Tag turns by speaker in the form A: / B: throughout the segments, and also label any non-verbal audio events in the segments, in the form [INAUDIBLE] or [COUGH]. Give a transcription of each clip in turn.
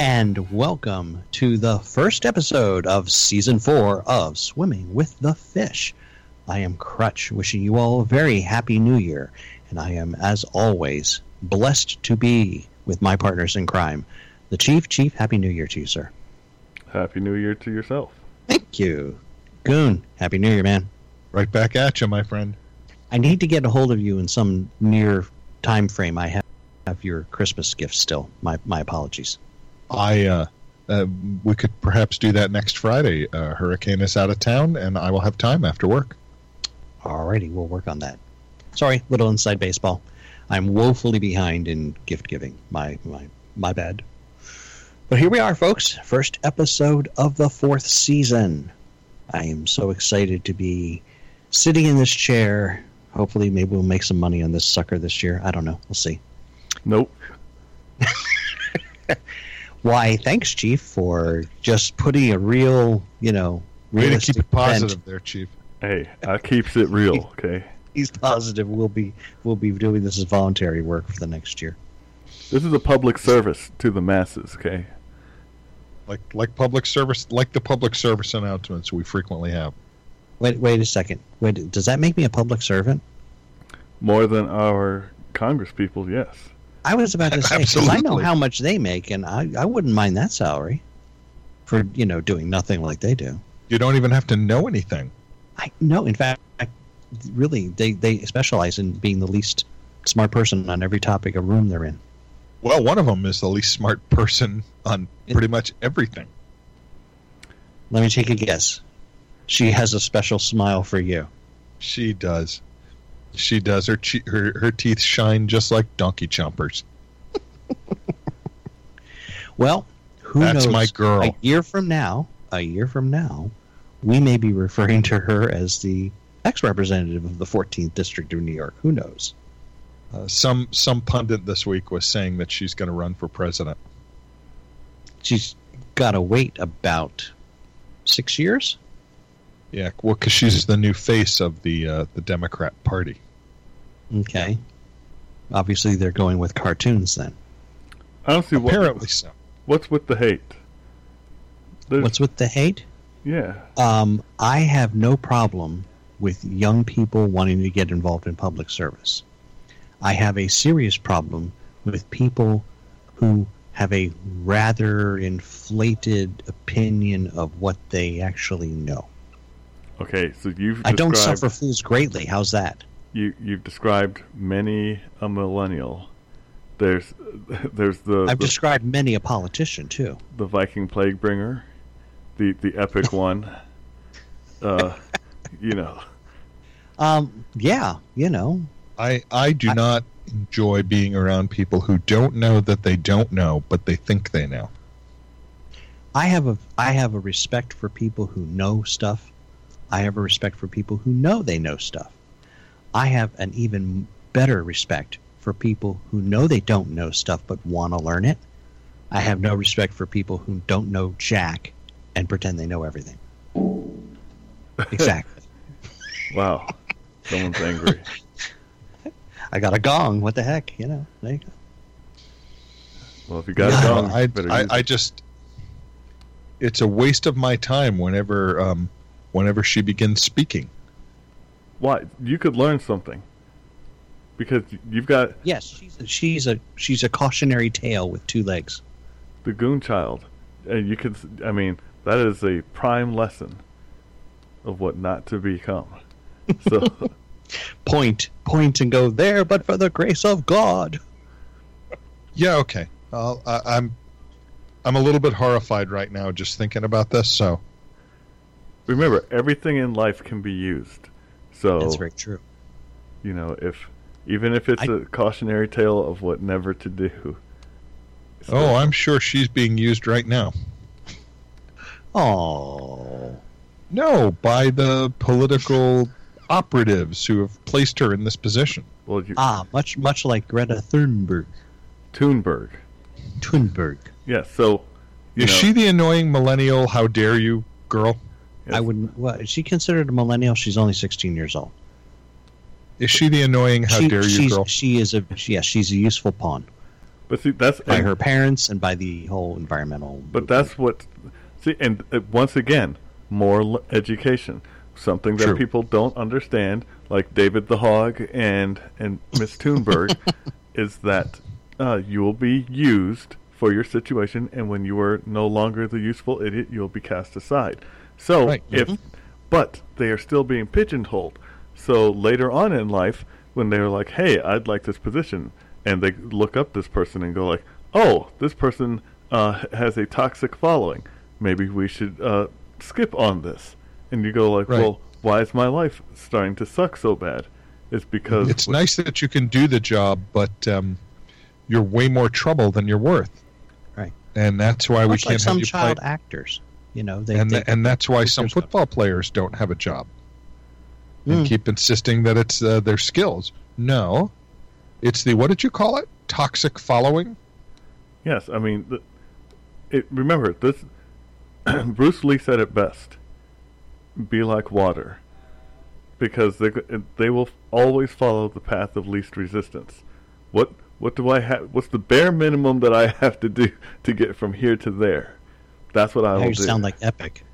A: and welcome to the first episode of season four of Swimming with the Fish. I am Crutch, wishing you all a very happy new year, and I am, as always, blessed to be with my partners in crime. The Chief, Chief, Happy New Year to you, sir.
B: Happy New Year to yourself.
A: Thank you. Goon, Happy New Year, man.
C: Right back at you, my friend.
A: I need to get a hold of you in some near time frame. I have, have your Christmas gift still. My, my apologies.
C: I uh, uh, we could perhaps do that next Friday. Uh, Hurricane is out of town, and I will have time after work.
A: Alrighty, we'll work on that. Sorry, little inside baseball. I'm woefully behind in gift giving. My my my bad. But here we are, folks. First episode of the fourth season. I am so excited to be sitting in this chair. Hopefully, maybe we'll make some money on this sucker this year. I don't know. We'll see.
B: Nope.
A: Why? Thanks, Chief, for just putting a real, you know,
C: Way to
A: realistic
C: keep it
A: bent.
C: positive there, Chief.
B: Hey, I keeps
A: [LAUGHS]
B: it real, okay?
A: He's positive we'll be we'll be doing this as voluntary work for the next year.
B: This is a public service to the masses, okay?
C: Like like public service, like the public service announcements we frequently have.
A: Wait, wait a second. Wait, does that make me a public servant?
B: More than our Congress people, yes.
A: I was about
C: [LAUGHS]
A: to say because I know
C: Absolutely.
A: how much they make, and I, I wouldn't mind that salary for you know doing nothing like they do.
C: You don't even have to know anything.
A: I no, in fact, I, really, they they specialize in being the least smart person on every topic of room they're in.
C: Well, one of them is the least smart [LAUGHS] person on pretty much everything.
A: Let me take a guess. She has a special smile for you.
C: She does. She does. Her che- her her teeth shine just like donkey chompers.
A: Well, who
C: That's
A: knows?
C: my girl.
A: A year from now, a year from now, we may be referring to her as the ex representative of the 14th District of New York. Who knows?
C: Uh, some some pundit this week was saying that she's going to run for president.
A: She's got to wait about six years.
C: Yeah, well, because she's the new face of the uh, the Democrat Party.
A: Okay. Obviously, they're going with cartoons then.
B: Honestly, what,
C: Apparently so.
B: what's with the hate? There's,
A: What's with the hate?
B: yeah,
A: Um, I have no problem with young people wanting to get involved in public service. I have a serious problem with people who have a rather inflated opinion of what they actually know.
B: okay, so you've
A: I don't
B: described-
A: suffer fools greatly. How's that?
B: You, you've described many a millennial. There's [LAUGHS] there's the,
A: I've
B: the,
A: described many a politician too.
B: the Viking Plague Bringer, the, the
A: [LAUGHS]
B: epic one. Uh, you know,
A: Um, yeah, you know,
C: I I do
A: I-
C: not enjoy being around people who don't know that they don't know, but they think they know.
A: I have a I have a respect for people who know stuff. I have a respect for people who know they know stuff. I have an even better respect for people who know they don't know stuff but want to learn it. I have no respect for people who don't know jack and pretend they know everything. Exactly.
B: wow, someone's angry.
A: I got a gong. What the heck? You know. There you go.
B: Well, if you got
A: Yeah,
B: it wrong,
C: I,
B: better
C: I,
B: use it.
C: I just it's a waste of my time whenever um whenever she begins speaking.
B: Why? You could learn something. Because you've got
A: Yes, she's a, she's a she's a cautionary tale with two legs.
B: the Goon Child, and you could. I mean, that is a prime lesson of what not to
C: [LAUGHS]
B: become. So,
A: Point, point, and go there, but for the grace of God.
C: Yeah, okay. I'll, I, I'm I'm a little bit horrified right now just thinking about this. So
B: remember, everything in life can be used. So,
A: That's very true.
B: you know, if even if it's
A: I-
B: a cautionary tale of what never to do. So,
C: oh, I'm sure she's being used right now.
A: Oh,
C: No, by the political operatives who have placed her in this position.
B: well, you,
A: ah, much much like Greta Thunberg.
B: Thunberg.
A: Thunberg.
B: Yeah. So, you
C: Is
B: know,
C: she the annoying millennial? How dare you, girl?
B: yes.
A: I wouldn't. Well, is she considered a millennial? She's only sixteen years old.
C: Is she the annoying? How
A: she,
C: dare you,
A: she's,
C: girl?
A: She is a. She, yeah, she's a useful pawn.
B: But see, that's
A: by
B: and-
A: her parents and by the whole environmental.
B: But that's what. See, and uh, once again, moral education, something that
C: True.
B: people don't understand, like David the Hog and and Miss
C: [LAUGHS]
B: Toonberg, is that uh, you will be used for your situation, and when you are no longer the useful idiot, you'll be cast aside. So
C: Right. Mm-hmm.
B: if, but they are still being pigeonholed. So later on in life, when they're like, "Hey, I'd like this position," and they look up this person and go like, "Oh, this person uh, has a toxic following. Maybe we should uh, skip on this." And you go like,
C: Right.
B: "Well, why is my life starting to suck so bad?" It's because
C: It's nice that you can do the job, but um, you're way more trouble than you're worth.
A: Right.
C: And that's why we
A: much
C: can't
A: like some
C: have you play.
A: child actors. You know, they,
C: and
A: they
C: th- and that's why
A: they-
C: some
A: there's no-
C: football players don't have a job and
A: Mm.
C: keep insisting that it's uh, their skills. No, it's the what did you call it? Toxic following.
B: Yes, I mean, th- it, remember this. [CLEARS THROAT] Bruce Lee said it best: "Be like water," because they g- they will always follow the path of least resistance. What what do I have? What's the bare minimum that I have to do [LAUGHS] to get from here to there? That's what I
A: now
B: will
A: you
B: do.
A: sound like Epic.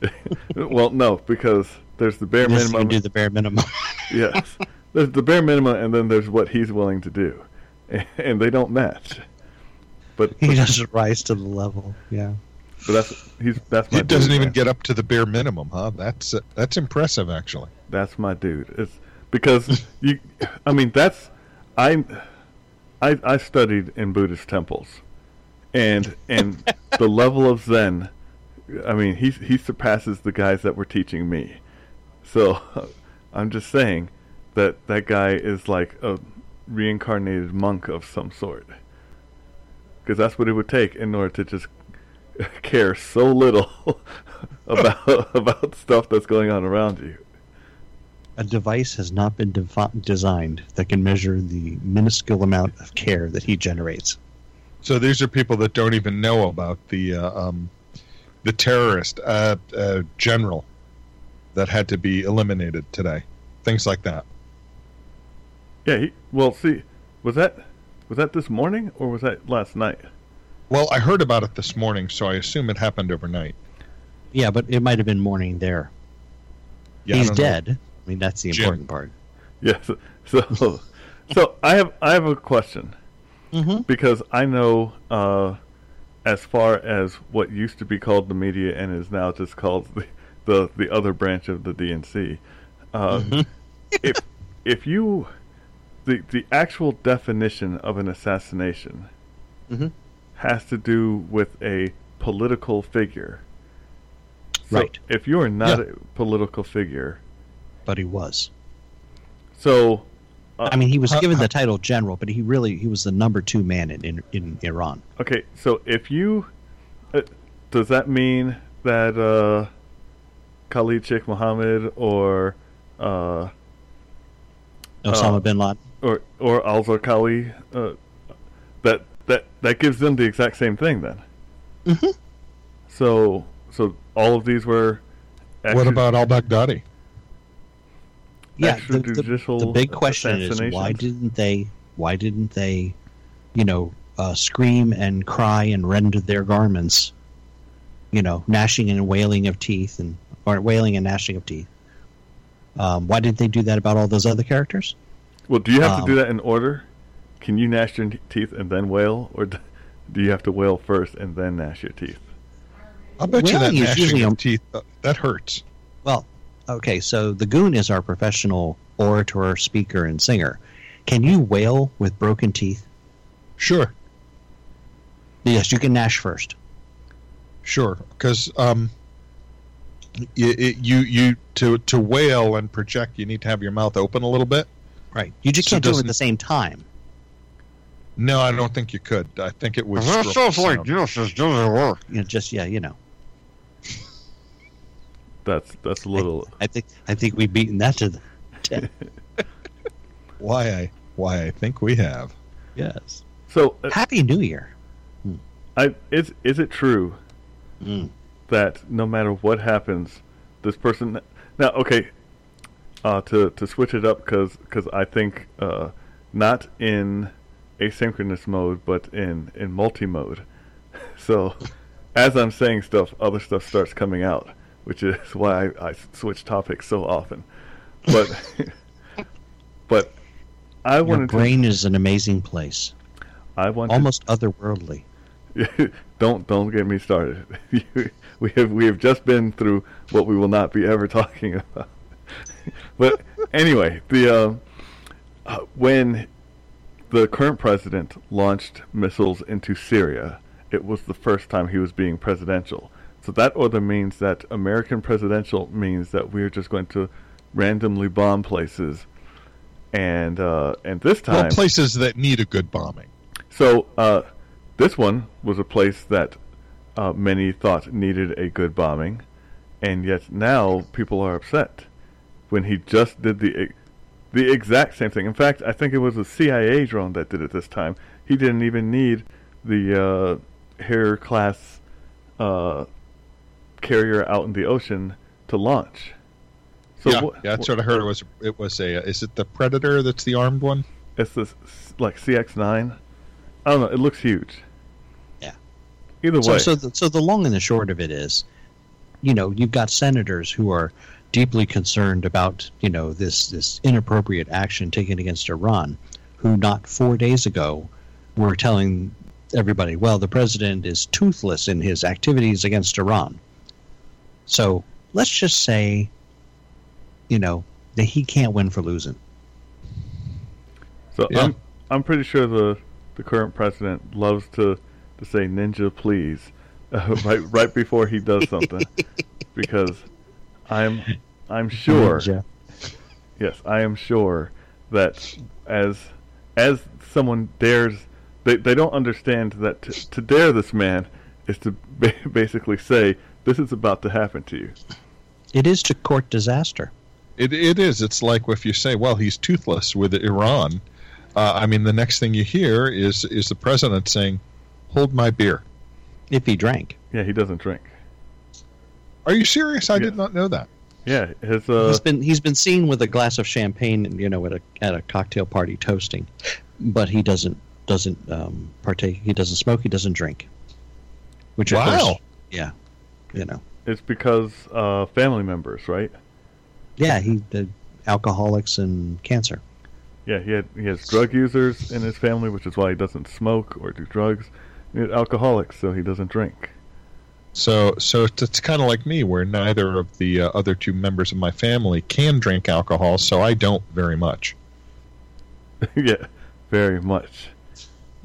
B: [LAUGHS] well, no, because there's the bare
A: Unless you
B: minimum.
A: do the bare minimum.
B: [LAUGHS]
A: [LAUGHS]
B: yes, there's the bare minimum, and then there's what he's willing to do, [LAUGHS] and they don't match. But
A: he doesn't rise to the level. Yeah.
B: But that's he's that's my
C: It doesn't
B: dude,
C: even
B: man.
C: get up to the bare minimum, huh? That's uh, that's impressive, actually.
B: that's my dude. It's because you I mean that's I I I studied in Buddhist temples. And and the level of Zen I mean he he surpasses the guys that were teaching me. So [LAUGHS] I'm just saying that that guy is like a reincarnated monk of some sort. Cuz that's what it would take in order to just [LAUGHS] care so little [LAUGHS] about [LAUGHS] about stuff that's going on around you.
A: A device has not been defi- designed that can measure the minuscule amount of care that he generates.
C: So these are people that don't even know about the uh, um, the terrorist uh, uh, general that had to be eliminated today. Things like that.
B: Yeah, he, well, see, was that was that this morning or was that last night?
C: Well, I heard about it this morning, so I assume it happened overnight.
A: Yeah, but it might have been morning there.
C: Yeah, I
A: He's
C: don't know.
A: dead. I mean, that's the
C: Jim.
A: important part.
B: Yes.
A: [LAUGHS]
B: So, so I have I have a question
A: Mm-hmm.
B: because I know uh, as far as what used to be called the media and is now just called the the, the other branch of the DNC. Uh,
A: Mm-hmm. [LAUGHS]
B: if if you the the actual definition of an assassination
A: Mhm.
B: has to do with a political figure. So
A: Right.
B: If you are not a political figure,
A: But he was.
B: so
A: I mean, he was
C: Huh,
A: given the title general, but he really he was the number two man in in, in Iran.
B: okay, so if you uh, does that mean that uh, Khalid Sheikh Mohammed or uh,
A: Osama
C: Oh.
B: Uh,
A: bin Laden.
B: or or Al Zarqawi, uh, that that that gives them the exact same thing then.
A: Mhm.
B: So so all of these were.
C: What
B: extra-
C: about al Baghdadi?
A: Yeah, the, the-
B: extrajudicial
A: the big question is why
B: assassinations?
A: didn't they why didn't they you know uh, scream and cry and rend their garments you know gnashing and wailing of teeth and or wailing and gnashing of teeth um, why didn't they do that about all those other characters
B: Well, do you have to do
A: um,
B: that in order? Can you gnash your teeth and then wail, or d- do you have to wail first and then gnash your teeth?
C: I'll bet you that
A: Whaling is usually
C: gnashing
A: a-
C: of teeth uh, that hurts.
A: well okay so the goon is our professional orator speaker and singer can you wail with broken teeth
C: Sure,
A: yes you can gnash first
C: sure. Because um, y it, you you to to wail and project, you need to have your mouth open a little bit.
A: right you just
C: So
A: can't do it at
C: doesn't-
A: the same time
C: No, I don't think you could. I think it would. screw up the sound.
D: this is doesn't work.
A: you know, just yeah you know
B: That's that's a little.
A: i think i think we've beaten that to the [LAUGHS]
C: why I why I think we have.
A: yes
B: So uh,
A: Happy New Year.
B: I is is it true that no matter what happens, this person now okay. Uh, to to switch it up because I think uh, not in asynchronous mode, but in in multi mode. [LAUGHS] So, as I'm saying stuff, other stuff starts coming out, which is [LAUGHS] why I, I switch topics so often. But, [LAUGHS] but I
A: Your
B: wanted to,
A: brain is an amazing place,
B: I wanted
A: almost otherworldly.
B: [LAUGHS] don't don't get me started. [LAUGHS] we have we have just been through what we will not be ever [LAUGHS] talking about. but anyway, the um, uh, when the current president launched missiles into Syria, it was the first time he was being presidential. So that order means that American presidential means that we're just going to randomly bomb places, and uh, and this time
C: Well, places that need a good bombing.
B: so uh, this one was a place that uh, many thought needed a good bombing, and yet now people are upset when he just did the e- the exact same thing. In fact, I think it was a CIA drone that did it this time. He didn't even need the uh, Hare class uh, carrier out in the ocean to launch. So
C: yeah,
B: what,
C: yeah, I sort of heard it was it was a. Is it the Predator that's the armed one?
B: It's this like CX nine. I don't know. It looks huge.
A: Yeah.
B: Either
A: So,
B: way.
A: so, the, so the long and the short of it is, you know, you've got senators who are deeply concerned about you know this this inappropriate action taken against Iran, who not four days ago were telling everybody, well, the president is toothless in his activities against Iran. So let's just say, you know, that he can't win for losing.
B: So
C: Yeah.
B: I'm I'm pretty sure the the current president loves to to say ninja please [LAUGHS] uh, right right before he does something because I'm I'm sure yes I am sure that as as someone dares they they don't understand that t- to dare this man is to [LAUGHS] ba- basically say this is about to happen to you.
A: It is to court disaster.
C: It it is. It's like if you say, "Well, he's toothless with Iran." Uh, I mean, the next thing you hear is is the president saying, "Hold my beer."
A: If he drank,
B: Yeah, he doesn't drink.
C: Are you serious? I
B: Yeah.
C: did not know that.
B: Yeah, his uh
A: he's been he's been seen with a glass of champagne, and you know, at a at a cocktail party toasting, but he doesn't doesn't um, partake. He doesn't smoke. He doesn't drink. Which of
C: Wow.
A: course, yeah, you know,
B: it's because uh family members, right?
A: yeah, he the alcoholics and cancer.
B: Yeah, he had he has drug users in his family, which is why he doesn't smoke or do drugs. He had alcoholics, so he doesn't drink. [LAUGHS]
C: So so it's, it's kind of like me, where neither of the uh, other two members of my family can drink alcohol, so I don't very much.
B: yeah, very much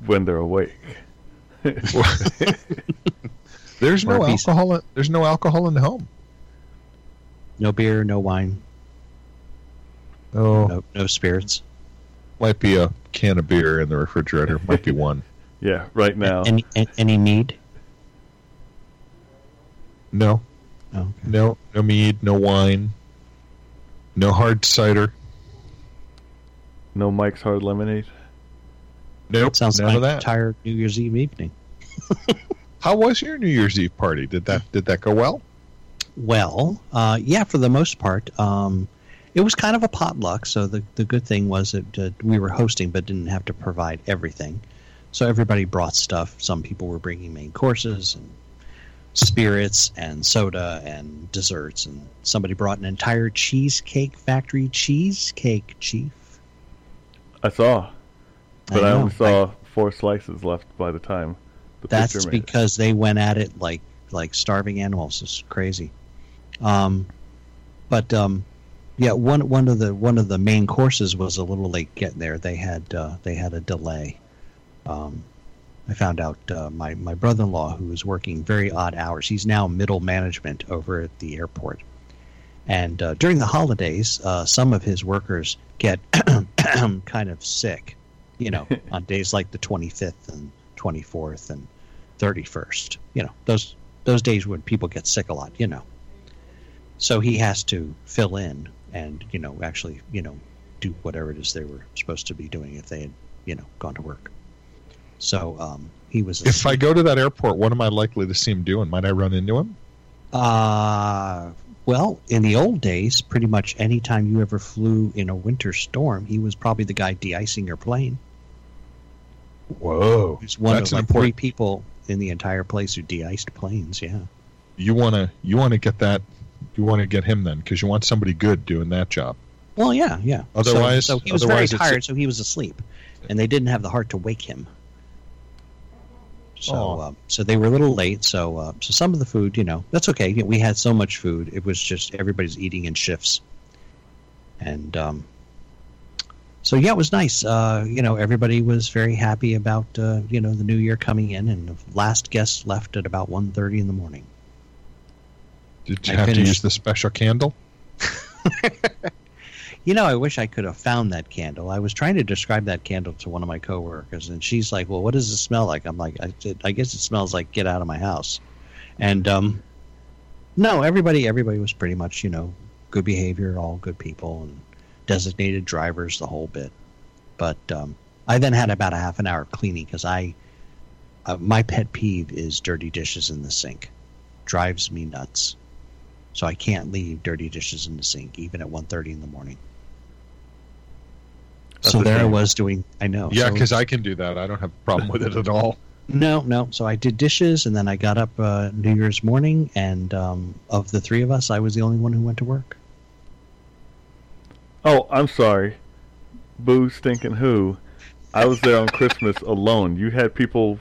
B: when they're awake.
C: There's no
A: Or a piece.
C: alcohol. There's no alcohol in the home.
A: No beer, no wine,
C: Oh,
A: no no spirits.
C: might be a can of beer in the refrigerator. Might
A: [LAUGHS]
C: be one.
B: Yeah, right now.
A: Any a- any mead?
C: No,
A: Oh,
C: no, no mead, no wine, no hard cider.
B: No Mike's Hard Lemonade.
C: Nope,
A: that sounds
C: none
A: like
C: of
A: an
C: that.
A: entire New Year's Eve evening.
C: How was your New Year's Eve party? Did that did that go well?
A: well. Uh, yeah, for the most part, um, it was kind of a potluck. So the the good thing was that uh, we were hosting, but didn't have to provide everything. So everybody brought stuff. Some people were bringing main courses and spirits and soda and desserts, and somebody brought an entire cheesecake factory cheesecake, Chief.
B: I saw, but I,
A: know.
B: only saw four slices left by the time the
A: That's
B: picture made. it.
A: because they went at it like like starving animals. It's crazy. Um, but um, yeah, one one of the one of the main courses was a little late getting there. They had uh, they had a delay. Um, I found out uh, my my brother in law who was working very odd hours. He's now middle management over at the airport. And uh, during the holidays, uh, some of his workers get [CLEARS THROAT] kind of sick, you know, on days like the 25th and 24th and 31st. You know, those those days when people get sick a lot, you know. So he has to fill in and, you know, actually, you know, do whatever it is they were supposed to be doing if they had, you know, gone to work. So um, he was.
C: If I go to that airport, what am I likely to see him doing? Might I run into him?
A: Uh, well, in the old days, pretty much any time you ever flew in a winter storm, he was probably the guy de-icing your plane.
C: Whoa,
A: He's one
C: that's
A: of
C: an
A: like three
C: important.
A: people in the entire place who de-iced planes. Yeah.
C: You wanna you wanna get that. You want to get him then, because you want somebody good doing that job.
A: Well, yeah, yeah. So-
C: Otherwise-
A: so, he was
C: otherwise
A: very
C: it's-
A: tired, so he was asleep, and they didn't have the heart to wake him. So,
C: Aw.
A: uh, so they were a little late. So, uh, so some of the food, you know, that's okay. We had so much food; it was just everybody's eating in shifts, and um, so yeah, it was nice. Uh, you know, everybody was very happy about uh, you know the new year coming in, and the last guest left at about 1.30 in the morning.
C: Did
A: I
C: you have to
A: finished-
C: use the special candle?
A: You know, I wish I could have found that candle. I was trying to describe that candle to one of my coworkers, and she's like, "Well, what does it smell like?" I'm like, "I, it, I guess it smells like get out of my house." And um, no, everybody, everybody was pretty much, you know, good behavior, all good people, and designated drivers, the whole bit. But um, I then had about a half an hour of cleaning because I, uh, my pet peeve is dirty dishes in the sink, drives me nuts. So I can't leave dirty dishes in the sink, even at 1.30 in the morning.
B: That's
A: so
B: a
A: there I
B: shame.
A: was doing. I know.
C: yeah,
A: Oh, so-
C: because I can do that. I don't have a problem with it at all.
A: no, no. So I did dishes, and then I got up uh, New Year's morning, and um, of the three of us, I was the only one who went to work.
B: Oh, I'm sorry. Boo stinking who? I was there on Christmas alone. You had people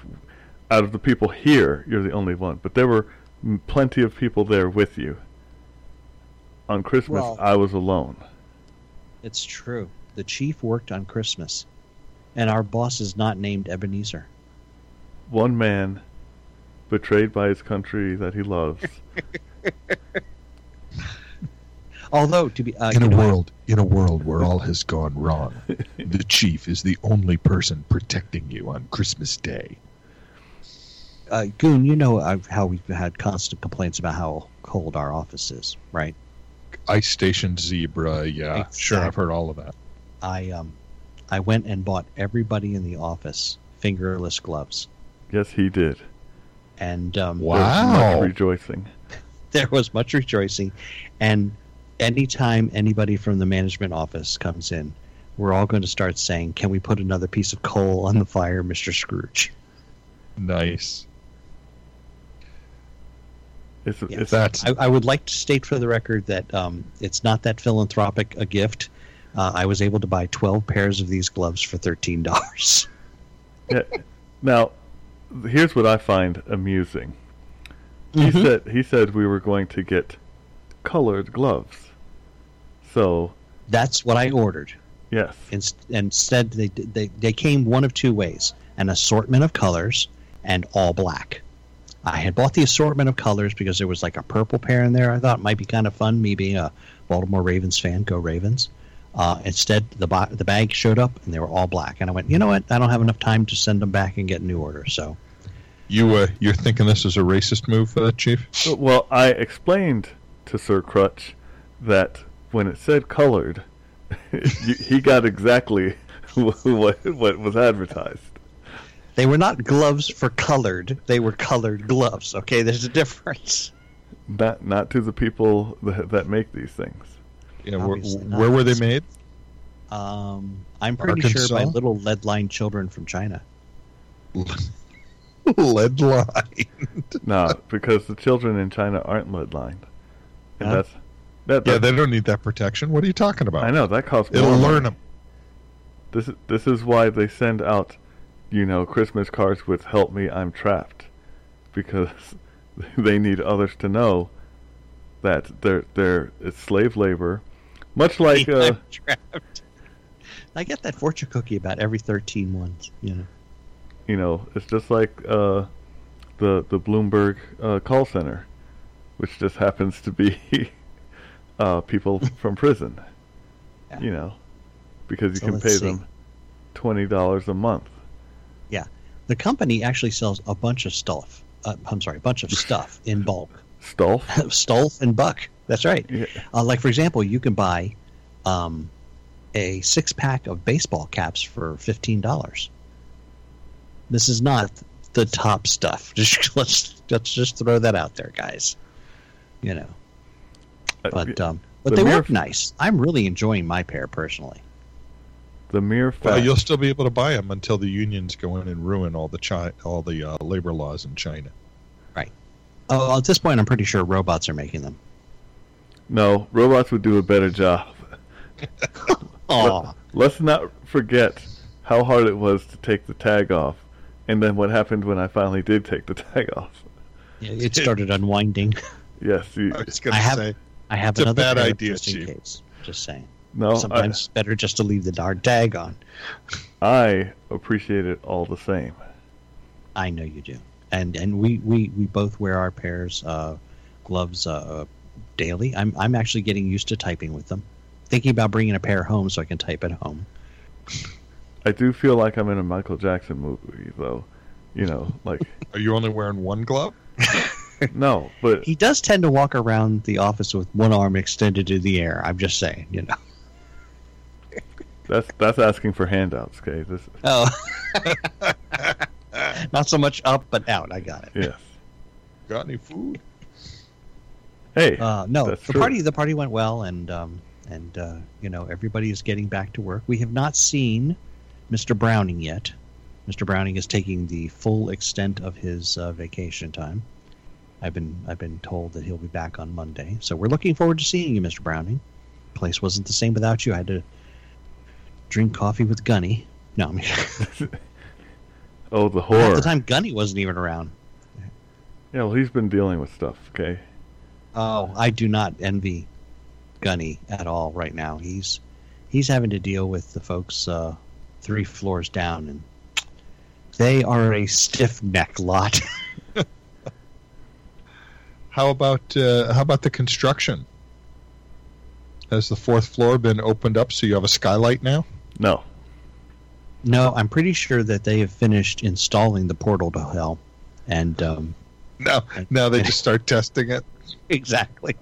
B: out of the people here. You're the only one, but there were m- plenty of people there with you. On Christmas,
A: Well-
B: I was alone.
A: It's true. The chief worked on Christmas, and our boss is not named Ebenezer.
B: One man betrayed by his country that he loves.
A: Although to be uh,
C: in
A: you
C: a
A: know, I-
C: world in a world where all has gone wrong the chief is the only person protecting you on christmas day
A: uh, Goon, you know uh, how we've had constant complaints about how cold our office is, right?
C: ice station zebra yeah sure i've heard all of that
A: I um, I went and bought everybody in the office fingerless gloves,
B: yes, he did.
A: and um,
C: Wow.
B: There was much
C: Ow.
B: rejoicing.
A: [LAUGHS] there was much rejoicing. And anytime anybody from the management office comes in, we're all going to start saying, Can we put another piece of coal on the fire, Mr. Scrooge?
C: nice
B: It's,
A: Yeah.
B: it's
C: that's
A: I, I would like to state for the record that um, it's not that philanthropic a gift. Uh, I was able to buy 12 pairs of these gloves for $13.
B: Now, here's what I find amusing. He
A: Mhm.
B: said he said we were going to get colored gloves. So
A: That's what I ordered.
B: yes,
A: Inst- Instead, they, they, they came one of two ways an assortment of colors and all black. I had bought the assortment of colors because there was like a purple pair in there I thought might be kind of fun, me being a Baltimore Ravens fan, go Ravens. Uh, instead, the, bo- the bag showed up and they were all black. And I went, you know what? I don't have enough time to send them back and get a new order. So,
C: you uh, you're thinking this is a racist move uh, chief
B: well I explained to Sir Crutch that when it said colored, [LAUGHS] you- he got exactly [LAUGHS] what what was advertised.
A: they were not gloves for colored, they were colored gloves. Okay, there's a difference.
B: Not not to the people that, that make these things.
C: yeah where,
A: Obviously not.
C: where were they made
A: Um, I'm pretty
C: Arkansas?
A: sure by little lead lined children from China.
C: lead line
B: No, because the children in China aren't lead lined, and
A: Huh?
B: that's that.
C: yeah
B: that
C: they don't need that protection what are you talking about
B: I know that costs.
C: it'll
B: more money.
C: learn them
B: This is this is why they send out, you know, Christmas cards with "Help me, I'm trapped," because [LAUGHS] they need others to know that they're they're it's slave labor, much like uh,
A: I'm trapped. [LAUGHS] I get that fortune cookie about every 13 ones, you know.
B: you know, it's just like uh, the the Bloomberg uh, call center, which just happens to be [LAUGHS] uh,
A: [LAUGHS]
B: people from prison,
A: Yeah.
B: you know, because you
A: So
B: can
A: let's
B: pay
A: see.
B: them twenty dollars a month.
A: The company actually sells a bunch of stuff. Uh, I'm sorry, a bunch of
B: [LAUGHS]
A: stuff in bulk. [LAUGHS]
B: Stolf.
A: Stolf and Buck. That's right.
B: Yeah.
A: Uh, like, for example, you can buy um, a six pack of baseball caps for $15. This is not the top stuff. [LAUGHS] Just, let's, let's just throw that out there, guys. You know. but um, but
B: the
A: they
B: mere
A: work nice. I'm really enjoying my pair personally.
B: The mere fact.
C: Well, you'll still be able to buy them until the unions go in and ruin all the chi- all the uh, labor laws in China.
A: Oh, at this point, I'm pretty sure robots are making them.
B: No, robots would do a better job.
A: Aw.
B: Let's not forget how hard it was to take the tag off, and then what happened when I finally did take the [LAUGHS] tag off.
A: It started unwinding. [LAUGHS]
B: Yes, you,
C: I was going
A: I
C: to
A: have-
C: say
A: I have
C: It's a
A: another
C: bad
A: pair
C: idea,
A: just in
C: Chief.
A: case. Just saying.
B: no, I,
A: Sometimes it's better just to leave the darn tag on.
B: I appreciate it all the same.
A: I know you do. And and we, we, we both wear our pairs uh, gloves uh, daily. I'm I'm actually getting used to typing with them. Thinking about bringing a pair home so I can type at home.
B: I do feel like I'm in a Michael Jackson movie, though. You know,
A: [LAUGHS]
B: like
C: Are you only wearing one glove?
B: no, but
A: He does tend to walk around the office with one arm extended in the air. I'm just saying, you know.
B: that's that's asking for handouts. Okay, this
A: Oh. [LAUGHS] Not so much up, but out. I got it.
B: yes.
C: Got any food?
B: Hey,
A: Uh, no,
B: That's
A: the
B: true.
A: party the party went well, and um, and uh, you know everybody is getting back to work. We have not seen Mr. Browning yet. Mr. Browning is taking the full extent of his uh, vacation time. I've been I've been told that he'll be back on Monday, so we're looking forward to seeing you, Mr. Browning. Place wasn't the same without you. I had to drink coffee with Gunny. No, [LAUGHS] I mean,
B: oh the
A: half
B: horror.
A: the [LAUGHS] time Gunny wasn't even around.
B: Yeah, well, he's been dealing with stuff. Okay,
A: Oh, I do not envy Gunny at all right now. He's he's having to deal with the folks uh, three floors down, and they are a stiff neck lot. [LAUGHS]
C: How about uh, how about the construction? Has the fourth floor been opened up so you have a skylight now?
B: no,
A: no, I'm pretty sure that they have finished installing the portal to hell, and um,
C: No, now they just start testing it.
A: exactly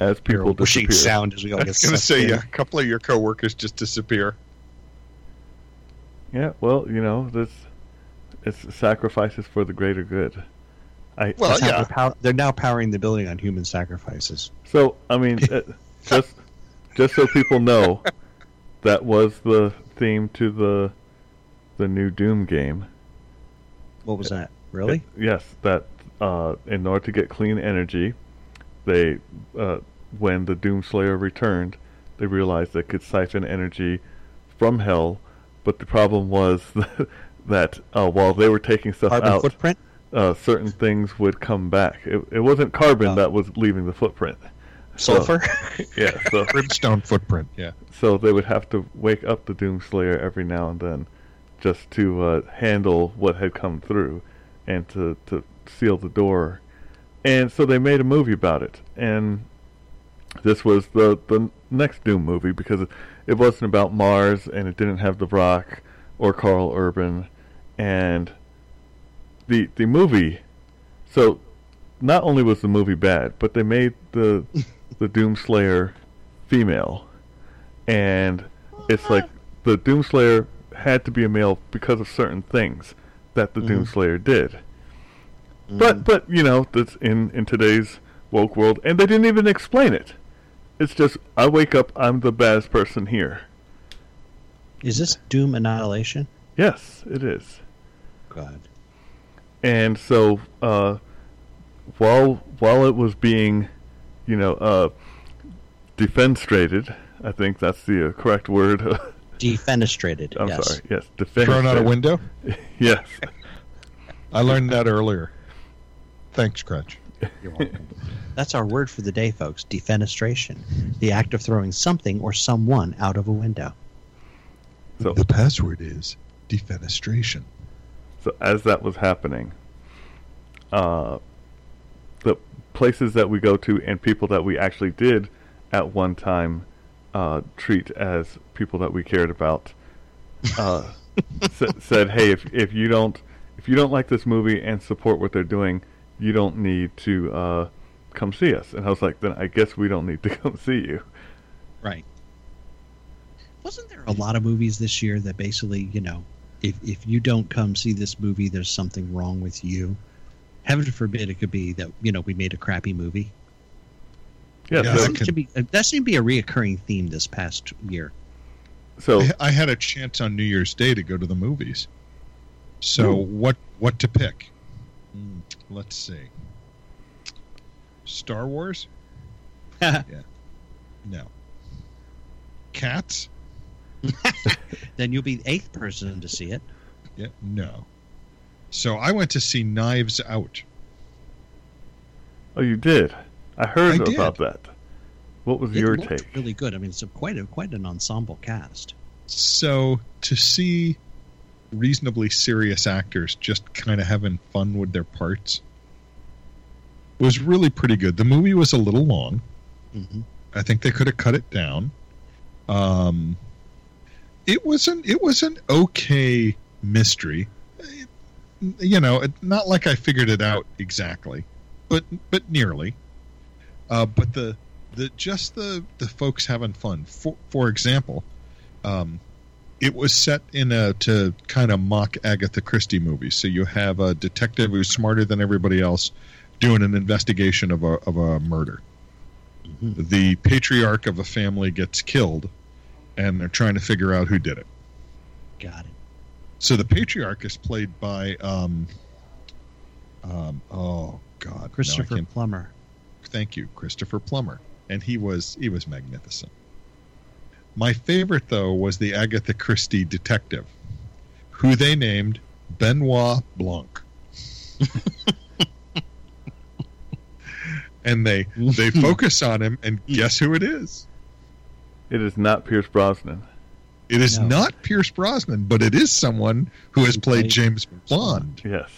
B: as people
A: pushing
B: disappear.
A: sound as we all
C: I
A: get
C: was going to
A: sucked
C: say
A: in.
C: yeah, a couple of your coworkers just disappear.
B: Yeah, well, you know, this it's sacrifices for the greater good. I
C: Well,
A: That's how
C: yeah.
A: they're, pow- they're now powering the building on human sacrifices.
B: so I
C: [LAUGHS]
B: mean, uh, just just so people know, that was the theme to the the new Doom game.
A: What was that? Really?
B: Yes, that uh, in order to get clean energy, they uh, when the Doomslayer returned, they realized they could siphon energy from hell. But the problem was [LAUGHS] that uh, while they were taking stuff
A: Carbon
B: out,
A: footprint?
B: uh, certain things would come back. It, it wasn't carbon
A: Oh.
B: that was leaving the footprint.
A: Sulfur? [LAUGHS]
B: Yeah, so
C: Brimstone footprint. Yeah.
B: so they would have to wake up the Doomslayer every now and then, just to uh, handle what had come through, and to to seal the door. And so they made a movie about it, and this was the the next Doom movie because it, it wasn't about Mars and it didn't have The Rock or Carl Urban, and the the movie. So not only was the movie bad, but they made the the Doomslayer female, and it's like the Doomslayer had to be a male because of certain things that the
A: Mhm.
B: Doomslayer did. But but you know that's in in today's woke world, and they didn't even explain it. It's just I wake up, I'm the baddest person here.
A: Is this Doom Annihilation?
B: Yes, it is.
A: God.
B: and so uh, while while it was being, you know, uh, defenestrated, I think that's the uh, correct word. [LAUGHS]
A: Defenestrated.
B: I'm
A: yes.
B: sorry. Yes, defenestrated.
C: [LAUGHS] Thrown out a window.
B: Yes,
C: I learned that earlier. Thanks, Crutch.
A: You're welcome. That's our word for the day, folks. Defenestration. The act of throwing something or someone out of a window.
B: So-
C: the password is defenestration.
B: So as that was happening, uh, the places that we go to and people that we actually did at one time uh, treat as people that we cared about
C: [LAUGHS]
B: uh, sa- said, "Hey, if if you don't if you don't like this movie and support what they're doing, you don't need to uh, come see us." And I was like, "Then I guess we don't need to [LAUGHS] come see you."
A: Right. Wasn't there a lot of movies this year that basically, you know, if, if you don't come see this movie, there's something wrong with you? Heaven forbid it could be that, you know, we made a crappy movie.
B: Yeah,
C: Yeah,
A: That
B: so-
C: I
A: seems, uh,
C: can-
A: to be, that seems to be a reoccurring theme this past year.
B: So
C: I- I had a chance on New Year's Day to go to the movies. So what what to pick? Hmm, let's see. Star Wars? yeah. No. Cats?
A: Then you'll be the eighth person to see it.
C: Yeah, no. So I went to see Knives Out.
B: oh, you did. I heard
C: I did.
B: about that. What was
A: It
B: your
A: looked
B: take?
A: really good. I mean, it's a, quite a quite an ensemble cast.
C: So to see reasonably serious actors just kind of having fun with their parts was really pretty good. The movie was a little long.
A: hmm
C: I think they could have cut it down. Um, it was an it was an okay mystery. It- you know, it, not like I figured it out exactly, but but nearly. Uh, but the the just the the folks having fun. For for example, um, it was set in a to kind of mock Agatha Christie movies. So you have a detective who's smarter than everybody else doing an investigation of a of a murder
A: hmm
C: the patriarch of a family gets killed and they're trying to figure out who did it
A: Got it.
C: so the patriarch is played by um um oh god no, I
A: Christopher
C: can't-
A: Plummer.
C: thank you christopher plummer and he was he was magnificent my favorite though was the agatha christie detective who they named benoit blanc and they they focus on him and guess who it is
B: It is not Pierce Brosnan.
C: It is
A: No.
C: not Pierce Brosnan, but it is someone who has
A: Who
C: played
A: played
C: James
A: James
C: Bond.
B: Yes,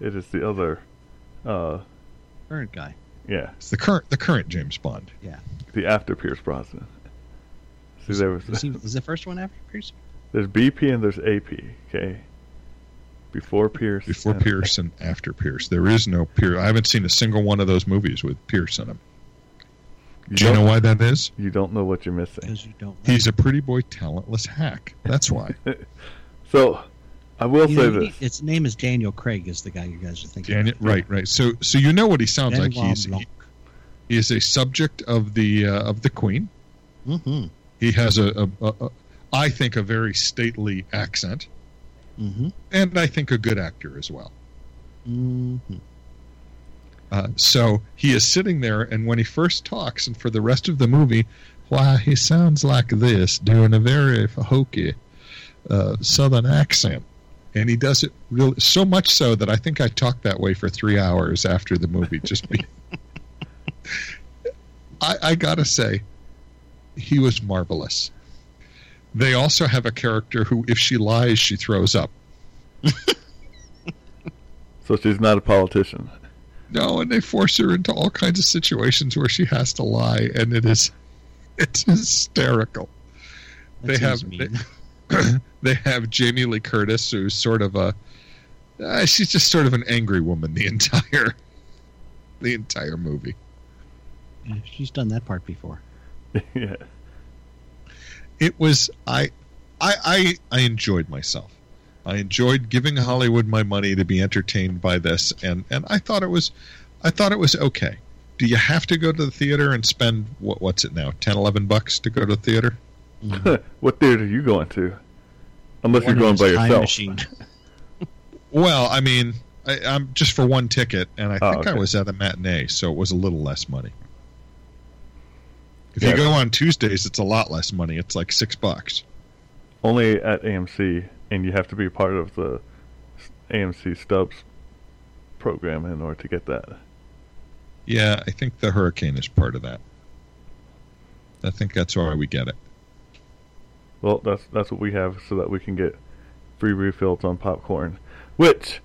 B: it is the other. Uh,
A: Current guy.
B: yeah,
C: It's the current the current James Bond.
B: the after Pierce Brosnan. See, there was
A: Was he, was the first one after Pierce?
B: [LAUGHS] there's BP and there's AP. Okay, before Pierce.
C: Before
B: and-
C: Pierce and after Pierce. There is no Pierce. I haven't seen a single one of those movies with Pierce in them.
B: You
C: Do you
B: don't,
C: know why that is?
B: you don't know what you're missing.
A: Because you don't. Know.
C: He's a pretty boy talentless hack. That's [LAUGHS] why.
B: So, I will
A: You
B: say
A: know,
B: this.
A: Its name is Daniel Craig. Is the guy you guys are thinking?
C: Daniel,
A: of.
C: right, right. So so you know what he sounds
A: Benoit
C: like. He's
A: Blanc.
C: he, he is a subject of the uh, of the Queen.
A: Mm-hmm.
C: He has a, a, a, a I think a very stately accent
A: Mm-hmm.
C: and I think a good actor as well.
A: Mm-hmm.
C: Uh, so he is sitting there, and when he first talks, and for the rest of the movie, why he sounds like this, doing a very hokey uh, southern accent, and he does it really so much so that I think I talked that way for three hours after the movie. Just be, [LAUGHS] I, I gotta say, he was marvelous. They also have a character who, if she lies, she throws up.
B: So she's not a politician. [LAUGHS]
C: No, and they force her into all kinds of situations where she has to lie, and it is it's hysterical. They have-
A: [LAUGHS] mean.
C: they have Jamie Lee Curtis, who's sort of a uh, she's just sort of an angry woman the [LAUGHS] entire the entire movie.
A: She's done that part before.
B: yeah.
C: It was I I I, I enjoyed myself. I enjoyed giving Hollywood my money to be entertained by this, and and I thought it was I thought it was okay. Do you have to go to the theater and spend what what's it now 10 11 bucks to go to the theater?
A: Mhm.
B: what theater are you going to? Unless
A: One
B: you're going
A: of
B: by
A: his time
B: yourself.
A: machine.
C: Well, I mean, I, I'm just for one ticket, and I
B: Oh,
C: think I
B: okay.
C: was at a matinee, so it was a little less money. If
B: Yeah.
C: you go on Tuesdays, it's a lot less money. It's like six bucks.
B: Only at AMC, and you have to be part of the s- AMC Stubbs program in order to get that.
C: Yeah, I think the hurricane is part of that. I think that's why we get it.
B: Well, that's that's what we have, so that we can get free refills on popcorn, which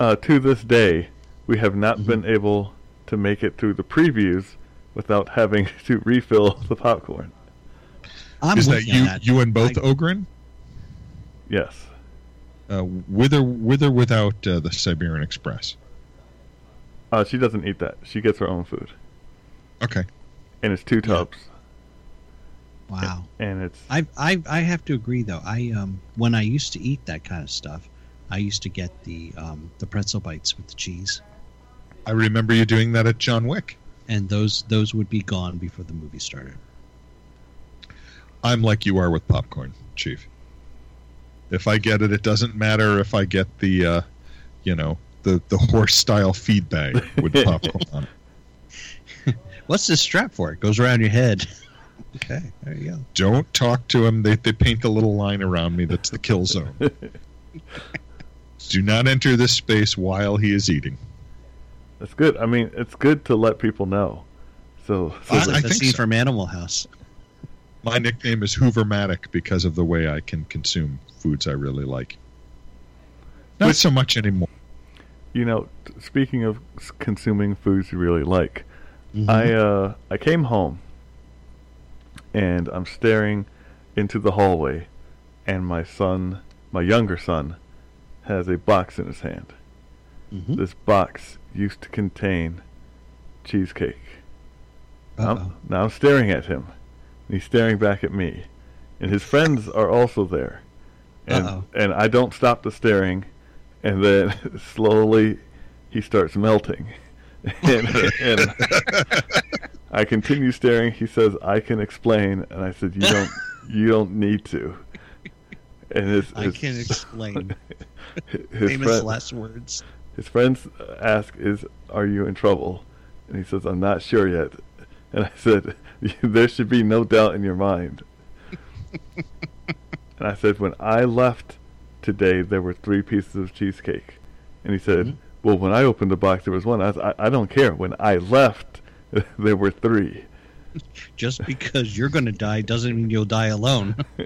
B: uh, to this day we have not
A: Mhm.
B: been able to make it through the previews without having [LAUGHS] to refill the popcorn.
A: I'm
C: Is
A: with
C: that
A: you on
C: you?
A: that.
C: You and both
A: I-
C: Ogrin,
B: Yes,
C: uh, with or with or without uh, the Siberian Express?
B: uh, she doesn't eat that. She gets her own food,
C: Okay,
B: and it's two tubs,
A: Wow.
B: and it's
A: I, I I have to agree though. I um when I used to eat that kind of stuff, I used to get the um the pretzel bites with the cheese,
C: I remember you doing that at John Wick.
A: and those those would be gone before the movie started.
C: I'm like you are with popcorn, Chief. If I get it, it doesn't matter if I get the, uh, you know, the the horse style feed bag with popcorn on it.
A: What's this strap for? It goes around your head. [LAUGHS] Okay, there you go.
C: Don't talk to him. They they paint a little line around me that's the kill zone. Do not enter this space while he is eating.
B: That's good. I mean, it's good to let people know. So, so
A: It's
C: I-
A: like
C: I
A: the
C: think
A: scene
C: so.
A: from Animal House.
C: My nickname is Hoovermatic because of the way I can consume foods I really like. Not
B: Which-
C: so much anymore.
B: you know, t- speaking of s- consuming foods you really like,
A: Mhm.
C: Mm-hmm.
B: I uh, I came home and I'm staring into the hallway, and my son, my younger son, has a box in his hand.
C: Mm-hmm.
A: Mhm.
B: This box used to contain cheesecake.
A: Uh-oh.
B: I'm, now I'm staring at him, and he's staring back at me, and his friends are also there, and
A: Uh-oh.
B: and I don't stop the staring, and then [LAUGHS] slowly he starts melting, [LAUGHS] and,
A: [LAUGHS]
B: and I continue staring. He says, "I can explain," and I said, "You
A: [LAUGHS]
B: don't, you don't need to." And his
A: I
B: his,
A: can explain.
B: [LAUGHS] his,
A: Famous
B: friend-
A: last words.
B: his friends ask, "Is are you in trouble?" And he says, "I'm not sure yet." And I said, [LAUGHS] "There should be no doubt in your mind." and I said, "When I left today, there were three pieces of cheesecake." And he said, "Well, when I opened the box, there was one." I, said, I, I don't care. When I left, [LAUGHS] there were three.
A: Just because you're going to die doesn't mean you'll die alone. [LAUGHS]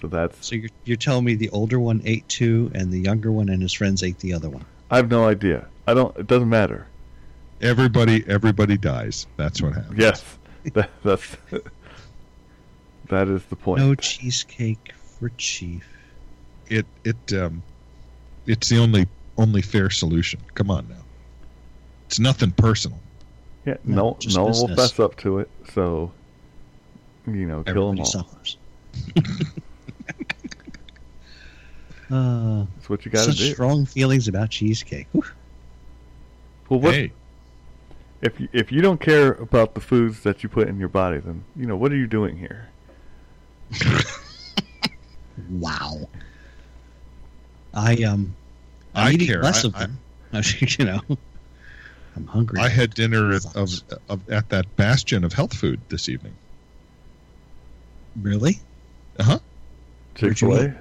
B: So that's
A: So you're, you're telling me the older one ate two, and the younger one and his friends ate the other one.
B: I have no idea. I don't. It doesn't matter.
C: everybody everybody dies. That's what happens.
B: Yes, [LAUGHS] that, that's that is the point.
A: No cheesecake for Chief.
C: It it um it's the only only fair solution. Come on now. It's nothing personal.
B: Yeah,
A: No,
B: no,
A: just
B: no one will
A: business.
B: fess up to it. So, you know, kill them
A: Everybody
B: all.
A: suffers.
B: [LAUGHS]
A: uh,
B: That's what you got to
A: such
B: do.
A: strong feelings about cheesecake. Whew.
B: Well, what
C: Hey,
B: if you, if you don't care about the foods that you put in your body, then you know what are you doing here?
A: Wow. I um. I'm
C: I
A: eating
C: care.
A: less
C: I-
A: of them. [LAUGHS] you know, I'm hungry.
C: I had dinner at, of, of at that bastion of health food this evening.
A: really?
B: Chick
A: Where'd you
B: Fil A.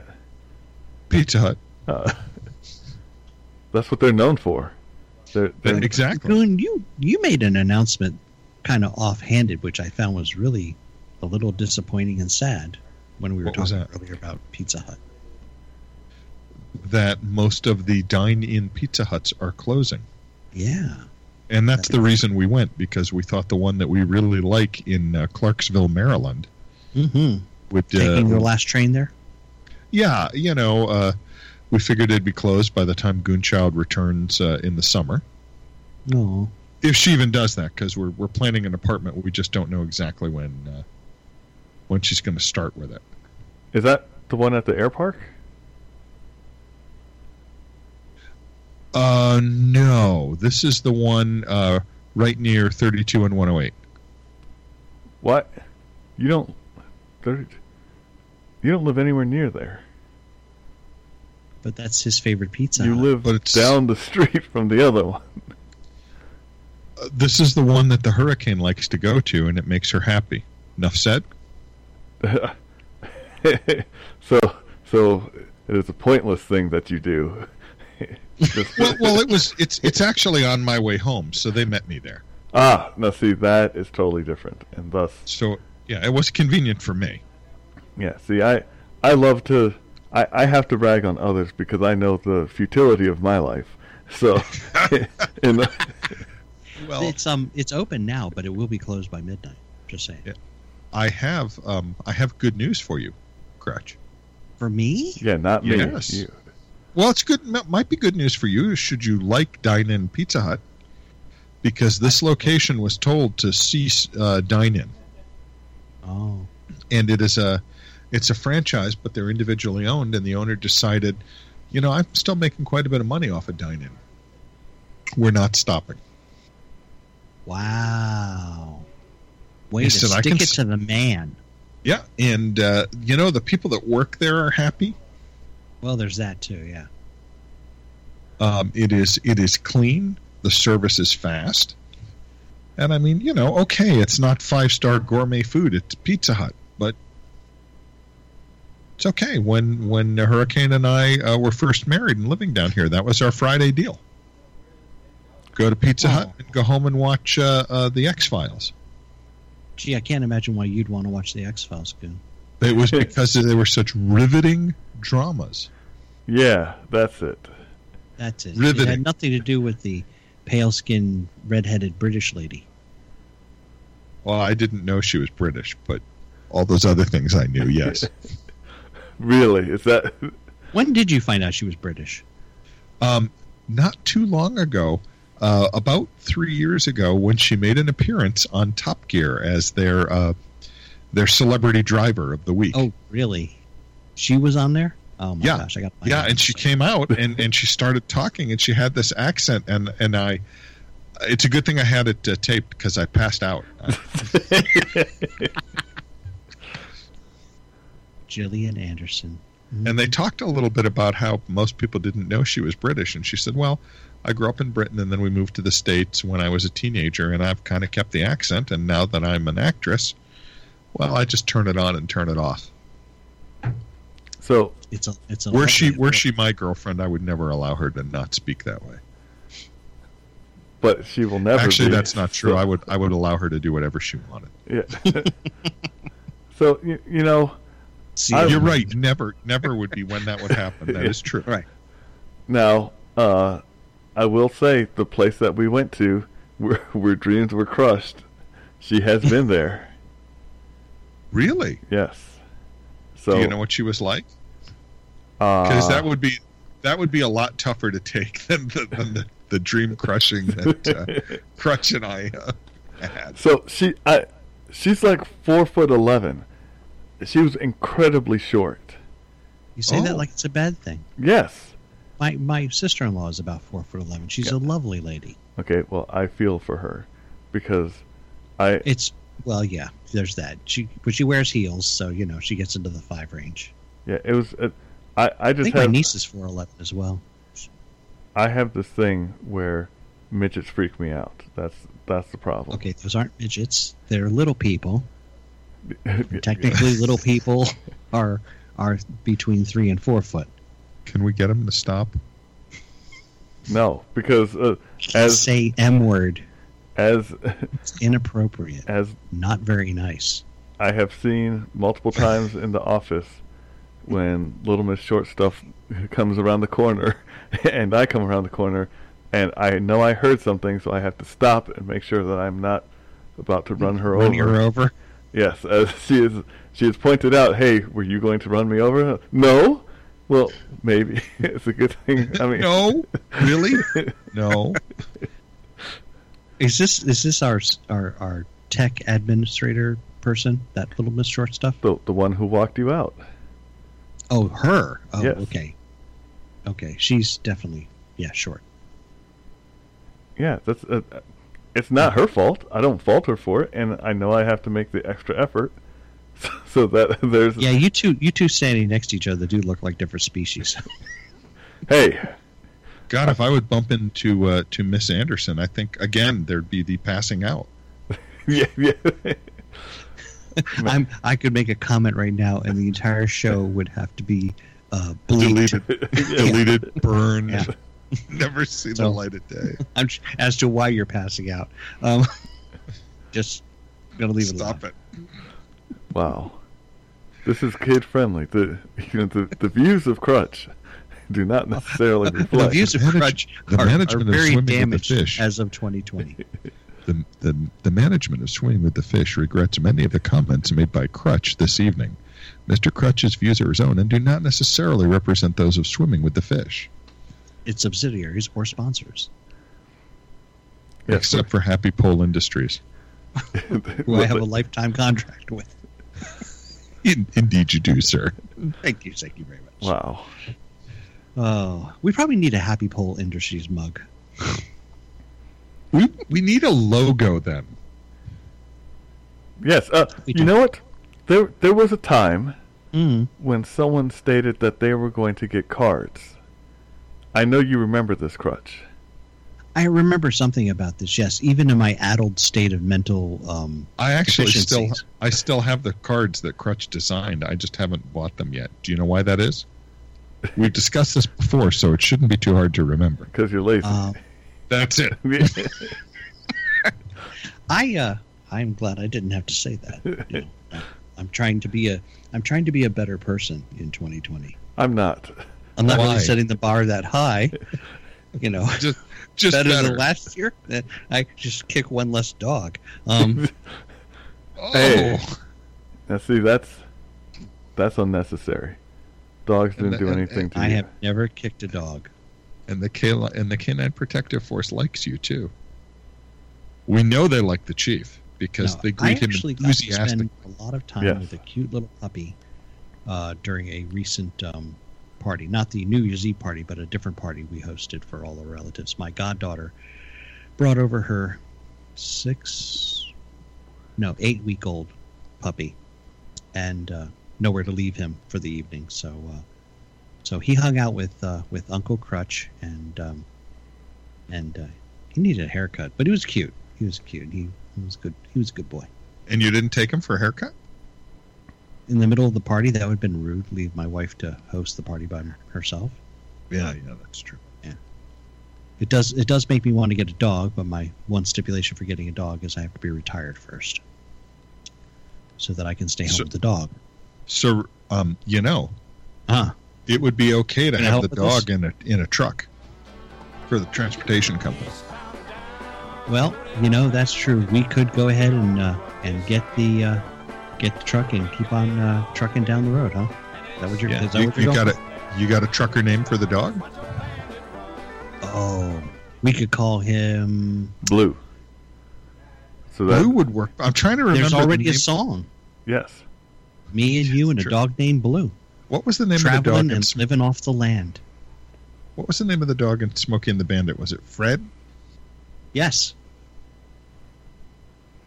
C: Pizza Hut.
B: Uh, [LAUGHS] that's what they're known for. They're, they're,
C: Exactly.
A: Goon, you you made an announcement kind of offhanded, which I found was really a little disappointing and sad when we were
C: What was
A: talking
C: that?
A: earlier about Pizza Hut.
C: That most of the dine-in Pizza Huts are closing.
A: Yeah.
C: And that's the reason we went because we thought the one that we really like in uh, Clarksville, Maryland,
A: Mm-hmm.
C: would uh,
A: Taking your last train there.
C: yeah, you know, uh, we figured it'd be closed by the time Goonchild returns uh, in the summer,
A: No.
C: if she even does that, because we're we're planning an apartment. We just don't know exactly when uh, when she's going to start with it.
B: is that the one at the air park?
C: Uh, no, this is the one uh, right near thirty two and one hundred eight.
B: What? You don't. they're- You don't live anywhere near there.
A: But that's his favorite pizza.
B: You
A: Hut.
B: live
C: But it's-
B: down the [LAUGHS] street from the other one.
C: Uh, this is the one that the hurricane likes to go to, and it makes her happy. Enough said.
B: [LAUGHS] so so it is a pointless thing that you do. [LAUGHS] Just-
C: Well, well, it was. It's it's actually on my way home, so they met me there.
B: ah, now see that is totally different, and thus
C: So yeah, it was convenient for me.
B: yeah. See, I I love to I I have to brag on others because I know the futility of my life. So, [LAUGHS] in the-
C: Well,
A: It's um it's open now, but it will be closed by midnight. Just saying.
C: Yeah. I have um, I have good news for you, Crutch.
A: For me?
B: yeah, not me.
C: Yes.
B: You.
C: Well, it's good. m- Might be good news for you should you like Dine In Pizza Hut, because this location was told to cease uh, Dine In,
A: Oh.
C: and it is a it's a franchise, but they're individually owned, and the owner decided, you know, I'm still making quite a bit of money off of Dine In. We're not stopping.
A: Wow. Way
C: He
A: to
C: said, "I
A: stick
C: can
A: it
C: s-
A: to the man.
C: Yeah, and uh, you know the people that work there are happy.
A: Well, there's that too. Yeah.
C: Um, it is it is clean. The service is fast, and I mean, you know, okay, it's not five star gourmet food. It's Pizza Hut, but it's okay. When when Hurricane and I uh, were first married and living down here, that was our Friday deal. Go to Pizza Hut and go home and watch uh, uh, the X Files.
A: Gee, I can't imagine why you'd want to watch the X Files.
C: It was because they were such riveting dramas.
B: Yeah, that's it.
A: That's it. It
C: Riveting.
A: had nothing to do with the pale skinned, red headed British lady.
C: Well, I didn't know she was British, but all those other things I knew. Yes.
B: Really, is that? [LAUGHS]
A: When did you find out she was British?
C: um, not too long ago, uh, about three years ago, when she made an appearance on Top Gear as their uh, their celebrity driver of the week.
A: Oh, really? She was on there? Oh my
C: Yeah.
A: gosh, I got to find
C: yeah,
A: out.
C: and she came out and, and she started talking and she had this accent and and I, it's a good thing I had it uh, taped because I passed out.
A: Gillian Anderson. Mhm.
C: and they talked a little bit about how most people didn't know she was British. And she said, "Well, I grew up in Britain, and then we moved to the states when I was a teenager, and I've kind of kept the accent. And now that I'm an actress, well, I just turn it on and turn it off.
B: so
A: It's a it's a
C: Were she
A: lovely-
C: were she my girlfriend, I would never allow her to not speak that way.
B: but she will never.
C: Actually,
B: be.
C: that's not true.
B: So-
C: I would I would allow her to do whatever she wanted.
B: Yeah. [LAUGHS] so you, you know
A: See,
B: I-
C: You're right. Never never would be when that would happen. That
B: [LAUGHS]
C: is true.
A: Right.
B: now, uh, I will say the place that we went to, where, [LAUGHS] where dreams were crushed, she has been there.
C: Really?
B: Yes. So
C: do you know what she was like?
B: uh,
C: because that
A: Uh,
C: would be that would be a lot tougher to take [LAUGHS] than the than the, the dream crushing that
A: [LAUGHS]
C: uh, Crutch and I uh,
B: [LAUGHS]
C: had.
B: So she, I, she's like four foot eleven. She was incredibly short.
A: you say that
C: Oh.
A: like it's a bad thing.
B: Yes.
A: My my sister in law is about four foot eleven. She's a lovely lady.
B: Okay. Well, I feel for her because I
A: It's well, yeah. There's that. She but she wears heels, so you know she gets into the five range.
B: yeah it was uh, I I
A: I
B: just
A: think my
B: have
A: niece is four eleven as well.
B: I have this thing where midgets freak me out. That's that's the problem.
A: Okay, those aren't midgets. They're little people. [LAUGHS] Technically, little people are are between three and four foot.
C: Can we get him to stop?
B: [LAUGHS] No, because uh, as
A: Say M word.
B: as
A: It's inappropriate.
B: as
A: Not very nice.
B: I have seen multiple times in the office when Little Miss Short Stuff comes around the corner [LAUGHS] and I come around the corner and I know I heard something, so I have to stop and make sure that I'm not about to run her
C: Run
B: over.
C: her over.
B: Yes, as she is she has pointed out, "Hey, were you going to run me over?" No. Well, maybe [LAUGHS] it's a good thing. I mean,
C: no, really? No.
A: Is this is this our our our tech administrator person? That little Miss Short stuff.
B: the the one who walked you out.
A: Oh, her. Oh,
B: Yes.
A: okay. Okay, she's definitely yeah short.
B: Yeah, that's uh, it's not her fault. I don't fault her for it, and I know I have to make the extra effort [LAUGHS] so, so that [LAUGHS] there's
A: Yeah, you two you two standing next to each other do look like different
B: [LAUGHS]
A: species.
B: hey, [LAUGHS]
C: God, if I would bump into uh, to Miss Anderson, I think again there'd be the passing out.
B: yeah, yeah. [LAUGHS]
A: I'm I could make a comment right now, and the entire show would have to be uh, bleeped
C: Deleted,
B: yeah.
C: deleted, burned,
A: Yeah.
C: never see the
A: So-
C: light of day.
A: I'm sh- as to why you're passing out.
C: [LAUGHS]
A: Um, just gonna leave it.
C: Stop
A: Alone.
C: it.
B: Wow, this is kid friendly. The [LAUGHS] you know the, the views of Crutch do
A: [LAUGHS]
B: not necessarily reflect.
A: The views of
C: Manage-
A: crutch
C: the
A: are,
C: management
A: are
C: of
A: very
C: swimming with the
A: damaged
C: fish.
A: as of
C: [LAUGHS]
A: 2020.
C: The, the, the management of Swimming with the Fish regrets many of the comments made by Crutch this evening. Mr. Crutch's views are his own and do not necessarily represent those of Swimming with the Fish,
A: Its subsidiaries or sponsors,
B: Yes. [LAUGHS]
C: except for Happy Pole Industries.
A: who I have a lifetime contract with. [LAUGHS]
C: In, indeed, you do, sir.
A: Thank you, thank you very much.
B: wow.
A: Oh, we probably need a Happy Pole Industries mug.
C: We we need a logo then.
B: Yes. Uh,
A: We
B: you
A: do.
B: know what? There there was a time
C: Hmm.
A: Mm.
B: when someone stated that they were going to get cards. I know you remember this crutch.
A: I remember something about this. Yes, even in my addled state of mental, um,
C: I actually still
A: Deficiencies.
C: I still have the cards that Crutch designed. I just haven't bought them yet. Do you know why that is? We've discussed this before, so it shouldn't be too hard to remember.
B: Because you're lazy. [LAUGHS]
A: uh,
C: That's it.
A: I uh, I'm glad I didn't have to say that. You know, I- I'm trying to be a I'm trying to be a better person in 2020.
B: [LAUGHS] I'm not.
A: I'm not
C: Why?
A: really setting the bar that
C: [LAUGHS]
A: high. You know,
C: Just [LAUGHS] just
A: better,
C: better.
A: than last year. That- I just kick one less dog.
C: [LAUGHS]
A: Um,
C: Oh,
B: Hey. Now see, that's that's unnecessary. Dogs didn't
C: And the-
B: do
C: and-
B: anything to
A: Uh, I
B: you.
A: have never kicked a dog.
C: and the K and the Canine Protective Force likes you too. We know they like the chief because
A: No,
C: they
A: I
C: greet him
A: actually got to
C: enthusiastically.
A: spend a lot of time
B: Yes.
A: with a cute little puppy uh, during a recent um, party. Not the New Year's Eve party, but a different party we hosted for all the relatives. My goddaughter brought over her six, no, eight week old puppy and uh, nowhere to leave him for the evening. So, uh, so he hung out with uh, with Uncle Crutch and um, and uh, he needed a haircut, but he was cute. He was cute. He, he was good. He was a good boy
C: And you didn't take him for a haircut?
A: in the middle of the party, that would have been rude. Leave my wife to host the party by herself.
C: Yeah, yeah, that's true.
A: It does. It does make me want to get a dog, but my one stipulation for getting a dog is I have to be retired first, so that I can stay home
C: So-
A: with the dog.
C: So, um, you know,
A: Huh?
C: it would be okay to
A: Can I
C: have
A: help
C: the
A: with this?
C: dog in a in a truck for the transportation company.
A: Well, you know that's true. We could go ahead and uh, and get the uh, get the truck and keep on uh, trucking down the road, huh? Is that what you're? Is that
C: you,
A: what you're
C: you
A: going
C: got
A: for?
C: a you got a trucker name for the dog?
A: Oh, we could call him.
B: Blue. So that
C: Blue would work. I'm trying to remember.
A: There's
C: the
A: already a
C: name-
A: song.
B: yes.
A: Me and you and a
C: Sure.
A: dog named Blue,
C: What was the name of the
A: traveling
C: dog? In,
A: and
C: Sm-
A: living off the land.
C: what was the name of the dog in Smokey and the Bandit? Was it Fred?
A: Yes.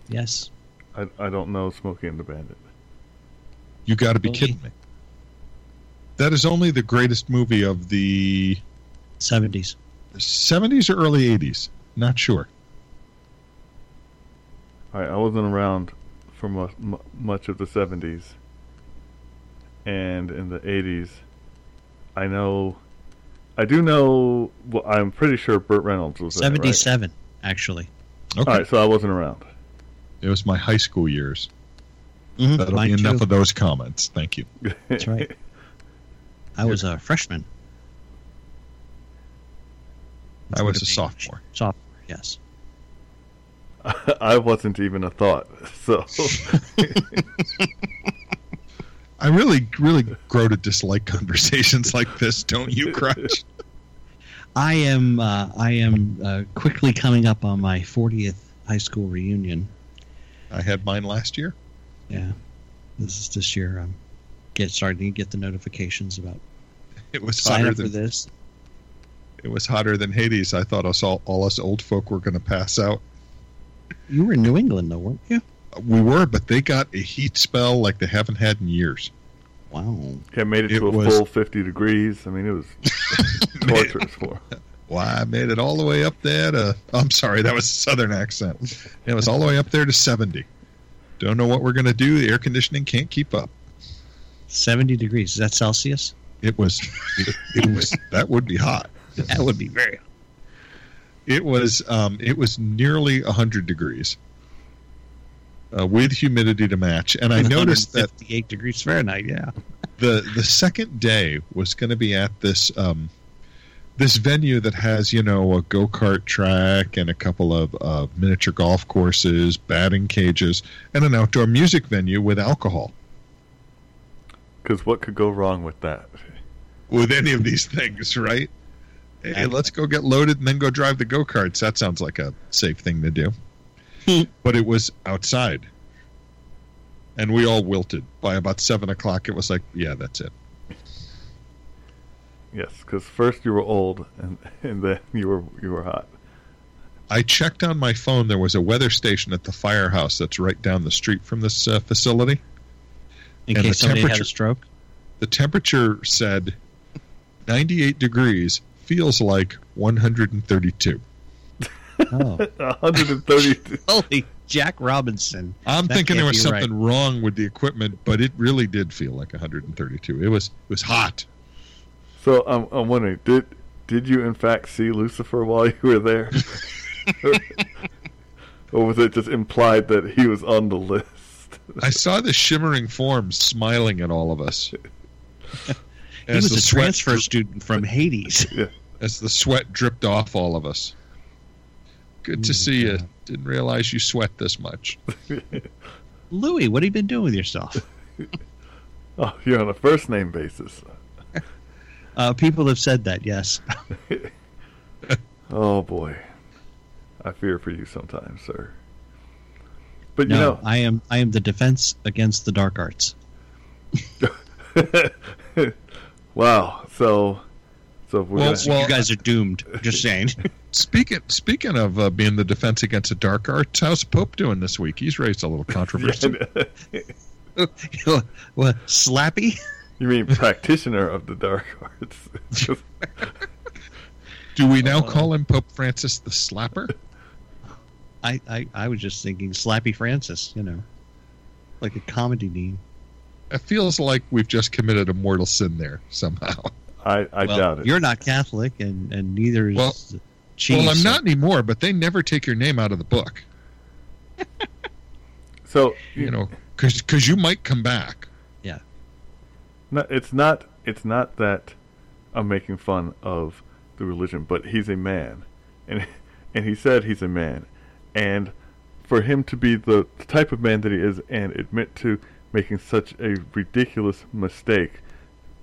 A: Yes.
B: I, I don't know Smokey and the Bandit.
C: You got to be
A: Really?
C: kidding me. That is only the greatest movie of the
A: 70s.
C: 70s or early 80s. Not sure.
B: I, I wasn't around for mu- mu- much of the 70s. And in the 80s, I know. I do know. Well, I'm pretty sure Burt Reynolds was in it, right?
A: 77, actually.
C: Okay.
B: All right, so I wasn't around.
C: It was my high school years.
A: Mhm,
C: That'll
A: mine
C: be enough
A: too.
C: of those comments. Thank you.
A: That's right. I was a freshman.
C: I was
A: Would've
C: a
A: been-
C: sophomore.
A: Sophomore, yes.
B: [LAUGHS] I wasn't even a thought. [LAUGHS] So
C: I really, really grow to dislike [LAUGHS] conversations like this, don't you, Crutch?
A: I am uh, I am uh, quickly coming up on my 40th high school reunion.
C: I had mine last year.
A: Yeah. This is this year. I'm get starting to get the notifications about
C: It was
A: sign
C: hotter
A: up for
C: than
A: this.
C: it was hotter than Hades. I thought us all, all us old folk were going to pass out.
A: You were in New England, though, weren't you?
C: We were, but they got a heat spell like they haven't had in years.
A: Wow.
B: yeah, made it,
C: It
B: to a
C: was-
B: full 50 degrees. I mean, it was torturous for.
C: Why I made it all the way up there to I'm sorry, that was a southern accent. It was all the way up there to 70. Don't know what we're going to do. The air conditioning can't keep up.
A: 70 degrees. Is that Celsius?
C: It was it, it was that would be hot.
A: That would be very
C: It was um it was nearly 100 degrees. Uh, with humidity to match, and I
A: [LAUGHS]
C: noticed that
A: 58 degrees Fahrenheit. Yeah.
C: the the second day was going to be at this um this venue that has you know a go-kart track and a couple of uh, miniature golf courses batting cages and an outdoor music venue with alcohol
B: Because what could go wrong with that?
C: with any of these things right hey let's go get loaded and then go drive the go-karts that sounds like a safe thing to do but it was outside and we all wilted by about seven o'clock it was like yeah that's it
B: [LAUGHS] Yes, because first you were old, and and then you were you were hot.
C: I checked on my phone. There was a weather station at the firehouse that's right down the street from this uh, facility.
A: in
C: And
A: case
C: the
A: somebody had a
C: temperature-
A: [LAUGHS] stroke.
C: The temperature said 98 degrees, feels like 132.
A: Oh,
B: 130.
A: holy Jack Robinson!
C: I'm
A: That
C: thinking there
A: can't
C: was
A: be right.
C: something wrong with the equipment, but it really did feel like 132. It was it was hot.
B: so I'm, I'm wondering, did did you in fact see Lucifer while you were there, or was it just implied that he was on the list? [LAUGHS]
A: [LAUGHS]
C: I saw the shimmering form smiling at all of us.
A: He was a
C: sweat
A: transfer student from Hades. [LAUGHS]
C: as the sweat dripped off all of us. Good to
A: Mm,
C: see
A: yeah.
C: you. Didn't realize you sweat this much.
A: Louis, what have you been doing with yourself?
B: Oh, you're on a first name basis.
A: Uh, people have said that, yes.
B: Oh boy, I fear for you sometimes, sir. But
A: No,
B: you know,
A: I am I am the defense against the dark arts.
B: [LAUGHS] wow. So, so if we're
C: Well,
B: gonna, [LAUGHS]
A: you guys are
C: [LAUGHS]
A: doomed. Just saying.
C: Speaking speaking of uh, being the defense against the dark arts, how's Pope doing this week? He's raised
A: [LAUGHS]
C: a little controversy.
A: well, slappy.
B: [LAUGHS]
A: [LAUGHS]
B: you mean practitioner of the dark arts? [LAUGHS]
C: Do we now
A: Uh-huh.
C: call him Pope Francis the Slapper?
A: [LAUGHS] I, I I was just thinking Slappy Francis. You know, like a comedy name.
C: It feels like we've just committed a mortal sin there somehow.
B: I, I
A: Well,
B: doubt it.
A: You're not Catholic, and and neither is
C: Well-
A: Cheese.
C: well, I'm not anymore, but they never take your name out of the book,
B: so
C: you know, because you might come back.
B: No, it's not. It's not that I'm making fun of the religion, but he's a man, and [LAUGHS] and he said he's a man, and for him to be the type of man that he is and admit to making such a ridiculous mistake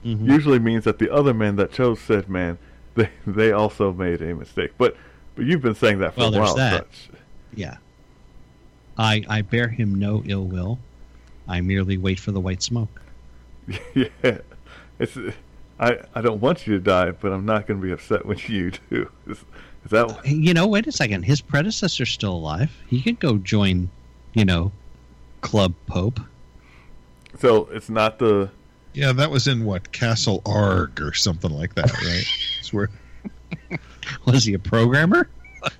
A: Mhm.
B: usually means that the other man that chose said man [LAUGHS] they they also made a mistake. But but you've been saying that for
A: Well,
B: a
A: there's
B: while.
A: that.
B: Such.
A: Yeah. I I bear him no ill will. I merely wait for the white smoke.
B: [LAUGHS] yeah, it's. I, I don't want you to die, but I'm not going to be upset when [LAUGHS] you do. Is, is that
A: Hey, You know, wait a second. His predecessor's still alive. He could go join, you know, Club Pope. [LAUGHS]
B: so? It's not the
C: Yeah, that was in what Castle Arg or something like that,
A: [LAUGHS]
C: right? It's where
A: Was he a programmer? [LAUGHS]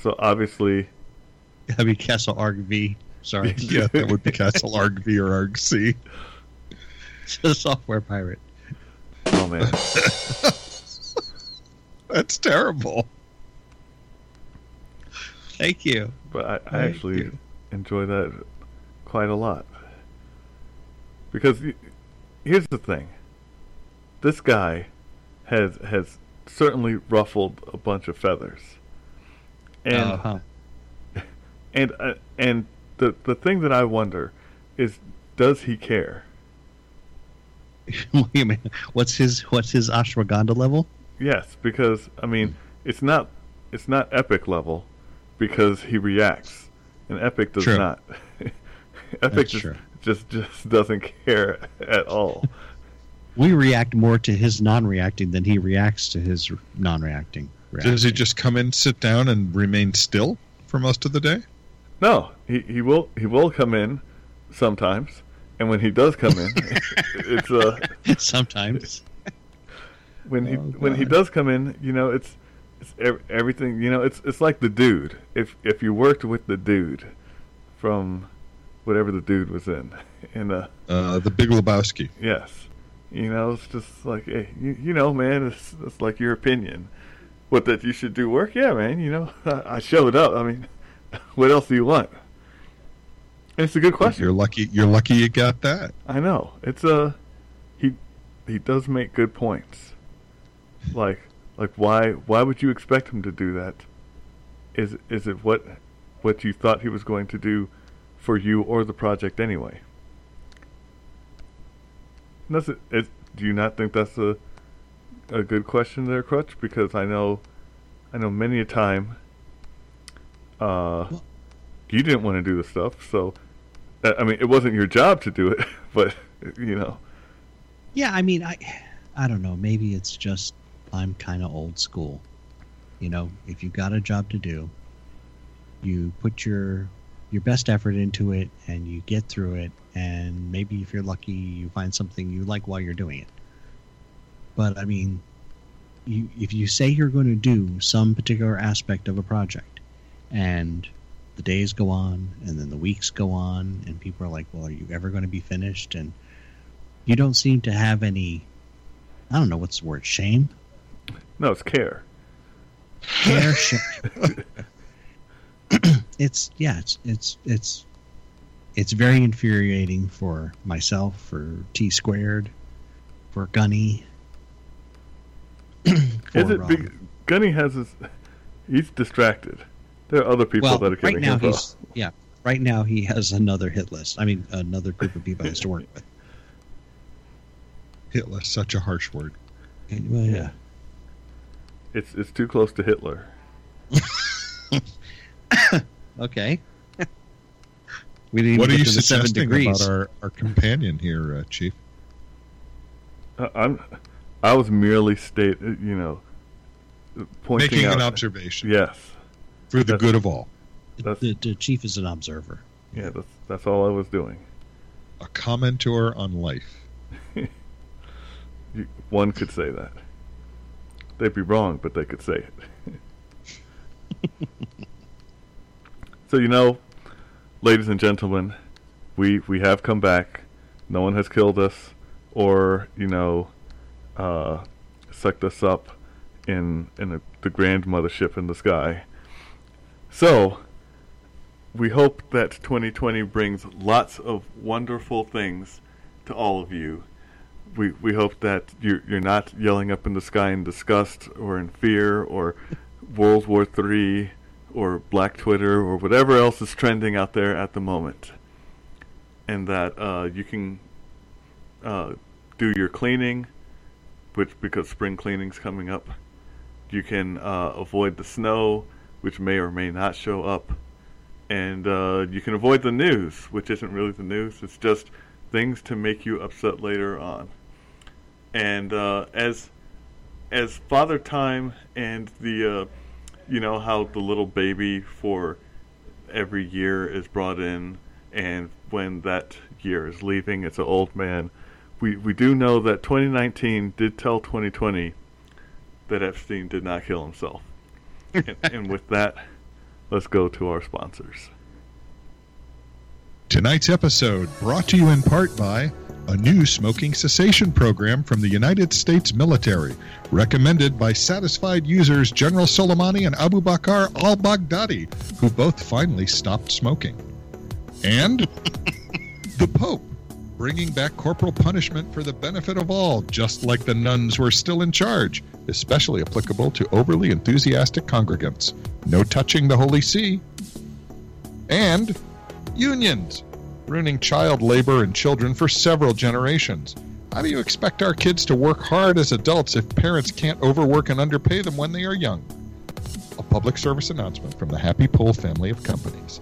B: So obviously,
A: I mean, Castle Arg V.
C: [LAUGHS]
A: Sorry,
C: yeah, that would be Castle Arg V or Arg C.
A: it's a software pirate.
B: oh man,
C: That's terrible.
A: Thank you.
B: but I, I
C: Thank
B: actually
C: you.
B: enjoy that quite a lot because y- here's the thing: this guy has has certainly ruffled a bunch of feathers, and
A: Uh-huh.
B: and uh, and the the thing that I wonder is, does he care?
A: [LAUGHS] Wait a minute. what's his What's his ashwagandha level?
B: Yes, because I mean, it's not it's not epic level because he reacts, and epic does
C: True.
B: not. [LAUGHS] epic
A: That's
B: just,
A: true.
B: just just doesn't care [LAUGHS] at all.
A: We react more to his non-reacting than he reacts to his non-reacting.
C: Does he just come in, sit down, and remain still for most of the day?
B: no, he, he will he will come in sometimes, and when he does come in, [LAUGHS] it's uh
A: [LAUGHS] Sometimes.
B: when he
C: Oh,
B: when he
C: God.
B: does come in, you know it's. It's ev- everything you know. It's it's like the dude. If if you worked with the dude, from whatever the dude was in, [LAUGHS] and uh,
C: Uh, the Big Lebowski.
B: Yes. You know, it's just like, hey, you, you know, man, it's, it's like your opinion. What, that you should do work? Yeah, man, you know, [LAUGHS] I, I showed up. I mean, [LAUGHS] what else do you want? And it's a good question.
C: You're lucky. You're lucky you got that.
B: I know. It's a, he, he does make good points. Like, like why, why would you expect him to do that? Is, is it what, what you thought he was going to do for you or the project anyway? And That's it. It- do you not think that's a a good question there, Crutch? Because I know, I know many a time, uh,
A: Well-
B: you didn't want to do the stuff. So, Uh, I I mean, it wasn't your job to do it, [LAUGHS] but you know,
A: Yeah, I mean, I, I don't know. Maybe it's just I'm kind of old school. you know, if you've got a job to do, you put your your best effort into it and you get through it and maybe if you're lucky you find something you like while you're doing it. But I mean, you if you say you're going to do some particular aspect of a project and the days go on and then the weeks go on and people are like, "Well, are you ever going to be finished?" and you don't seem to have any I don't know what's the word, shame?
B: No, it's care. [LAUGHS]
A: Care shame. [CLEARS THROAT] it's yeah, it's it's it's it's very infuriating for myself, for T squared, for Gunny. [CLEARS THROAT] for,
B: Is it
A: um,
B: big, Gunny has his? He's distracted. There are other people
A: well,
B: that are
A: right
B: getting
A: now
B: him
A: he's yeah. Right now he has another hit list. I mean, another group of people he has to work
B: [LAUGHS]
A: with.
C: Hitler, such a harsh word.
A: And, well, yeah.
B: It's it's too close to Hitler.
A: Okay. [LAUGHS] we didn't. Even
C: what are
A: get
C: you
A: to the seven
C: suggesting
A: degrees.
C: about our, our companion here, uh, Chief?
B: I- Uh, I'm, I was merely state, uh, you know, pointing
C: Making
B: out.
C: an observation
B: Yes,
C: for the
B: Yes.
C: good of all.
B: That's-
A: the, the chief is an observer.
B: yeah, that's that's all I was doing.
C: A commentor on life.
B: You, one could say that. They'd be wrong, but they could say it. so you know, ladies and gentlemen, we we have come back. No one has killed us, or you know, uh, sucked us up in in a, the grand mothership in the sky. So. We hope that 2020 brings lots of wonderful things to all of you we we hope that you you're not yelling up in the sky in disgust or in fear or World War Three or Black Twitter or whatever else is trending out there at the moment, and that uh, you can uh, do your cleaning, which because spring cleaning's coming up, you can uh, avoid the snow, which may or may not show up, and uh, you can avoid the news, which isn't really the news. It's just things to make you upset later on. And uh, as as Father Time and the uh, you know how the little baby for every year is brought in, and when that year is leaving, it's an old man. We we do know that 2019 did tell 2020 that Epstein did not kill himself. and, and with that, let's go to our sponsors.
C: Tonight's episode brought to you in part by a new smoking cessation program from the United States military, recommended by satisfied users General Soleimani and Abu Bakr al Baghdadi, who both finally stopped smoking. And [LAUGHS] the Pope, bringing back corporal punishment for the benefit of all, just like the nuns were still in charge, especially applicable to overly enthusiastic congregants. No touching the Holy See. And unions, ruining child labor and children for several generations. How do you expect our kids to work hard as adults if parents can't overwork and underpay them when they are young? A public service announcement from the Happy Pool family of companies.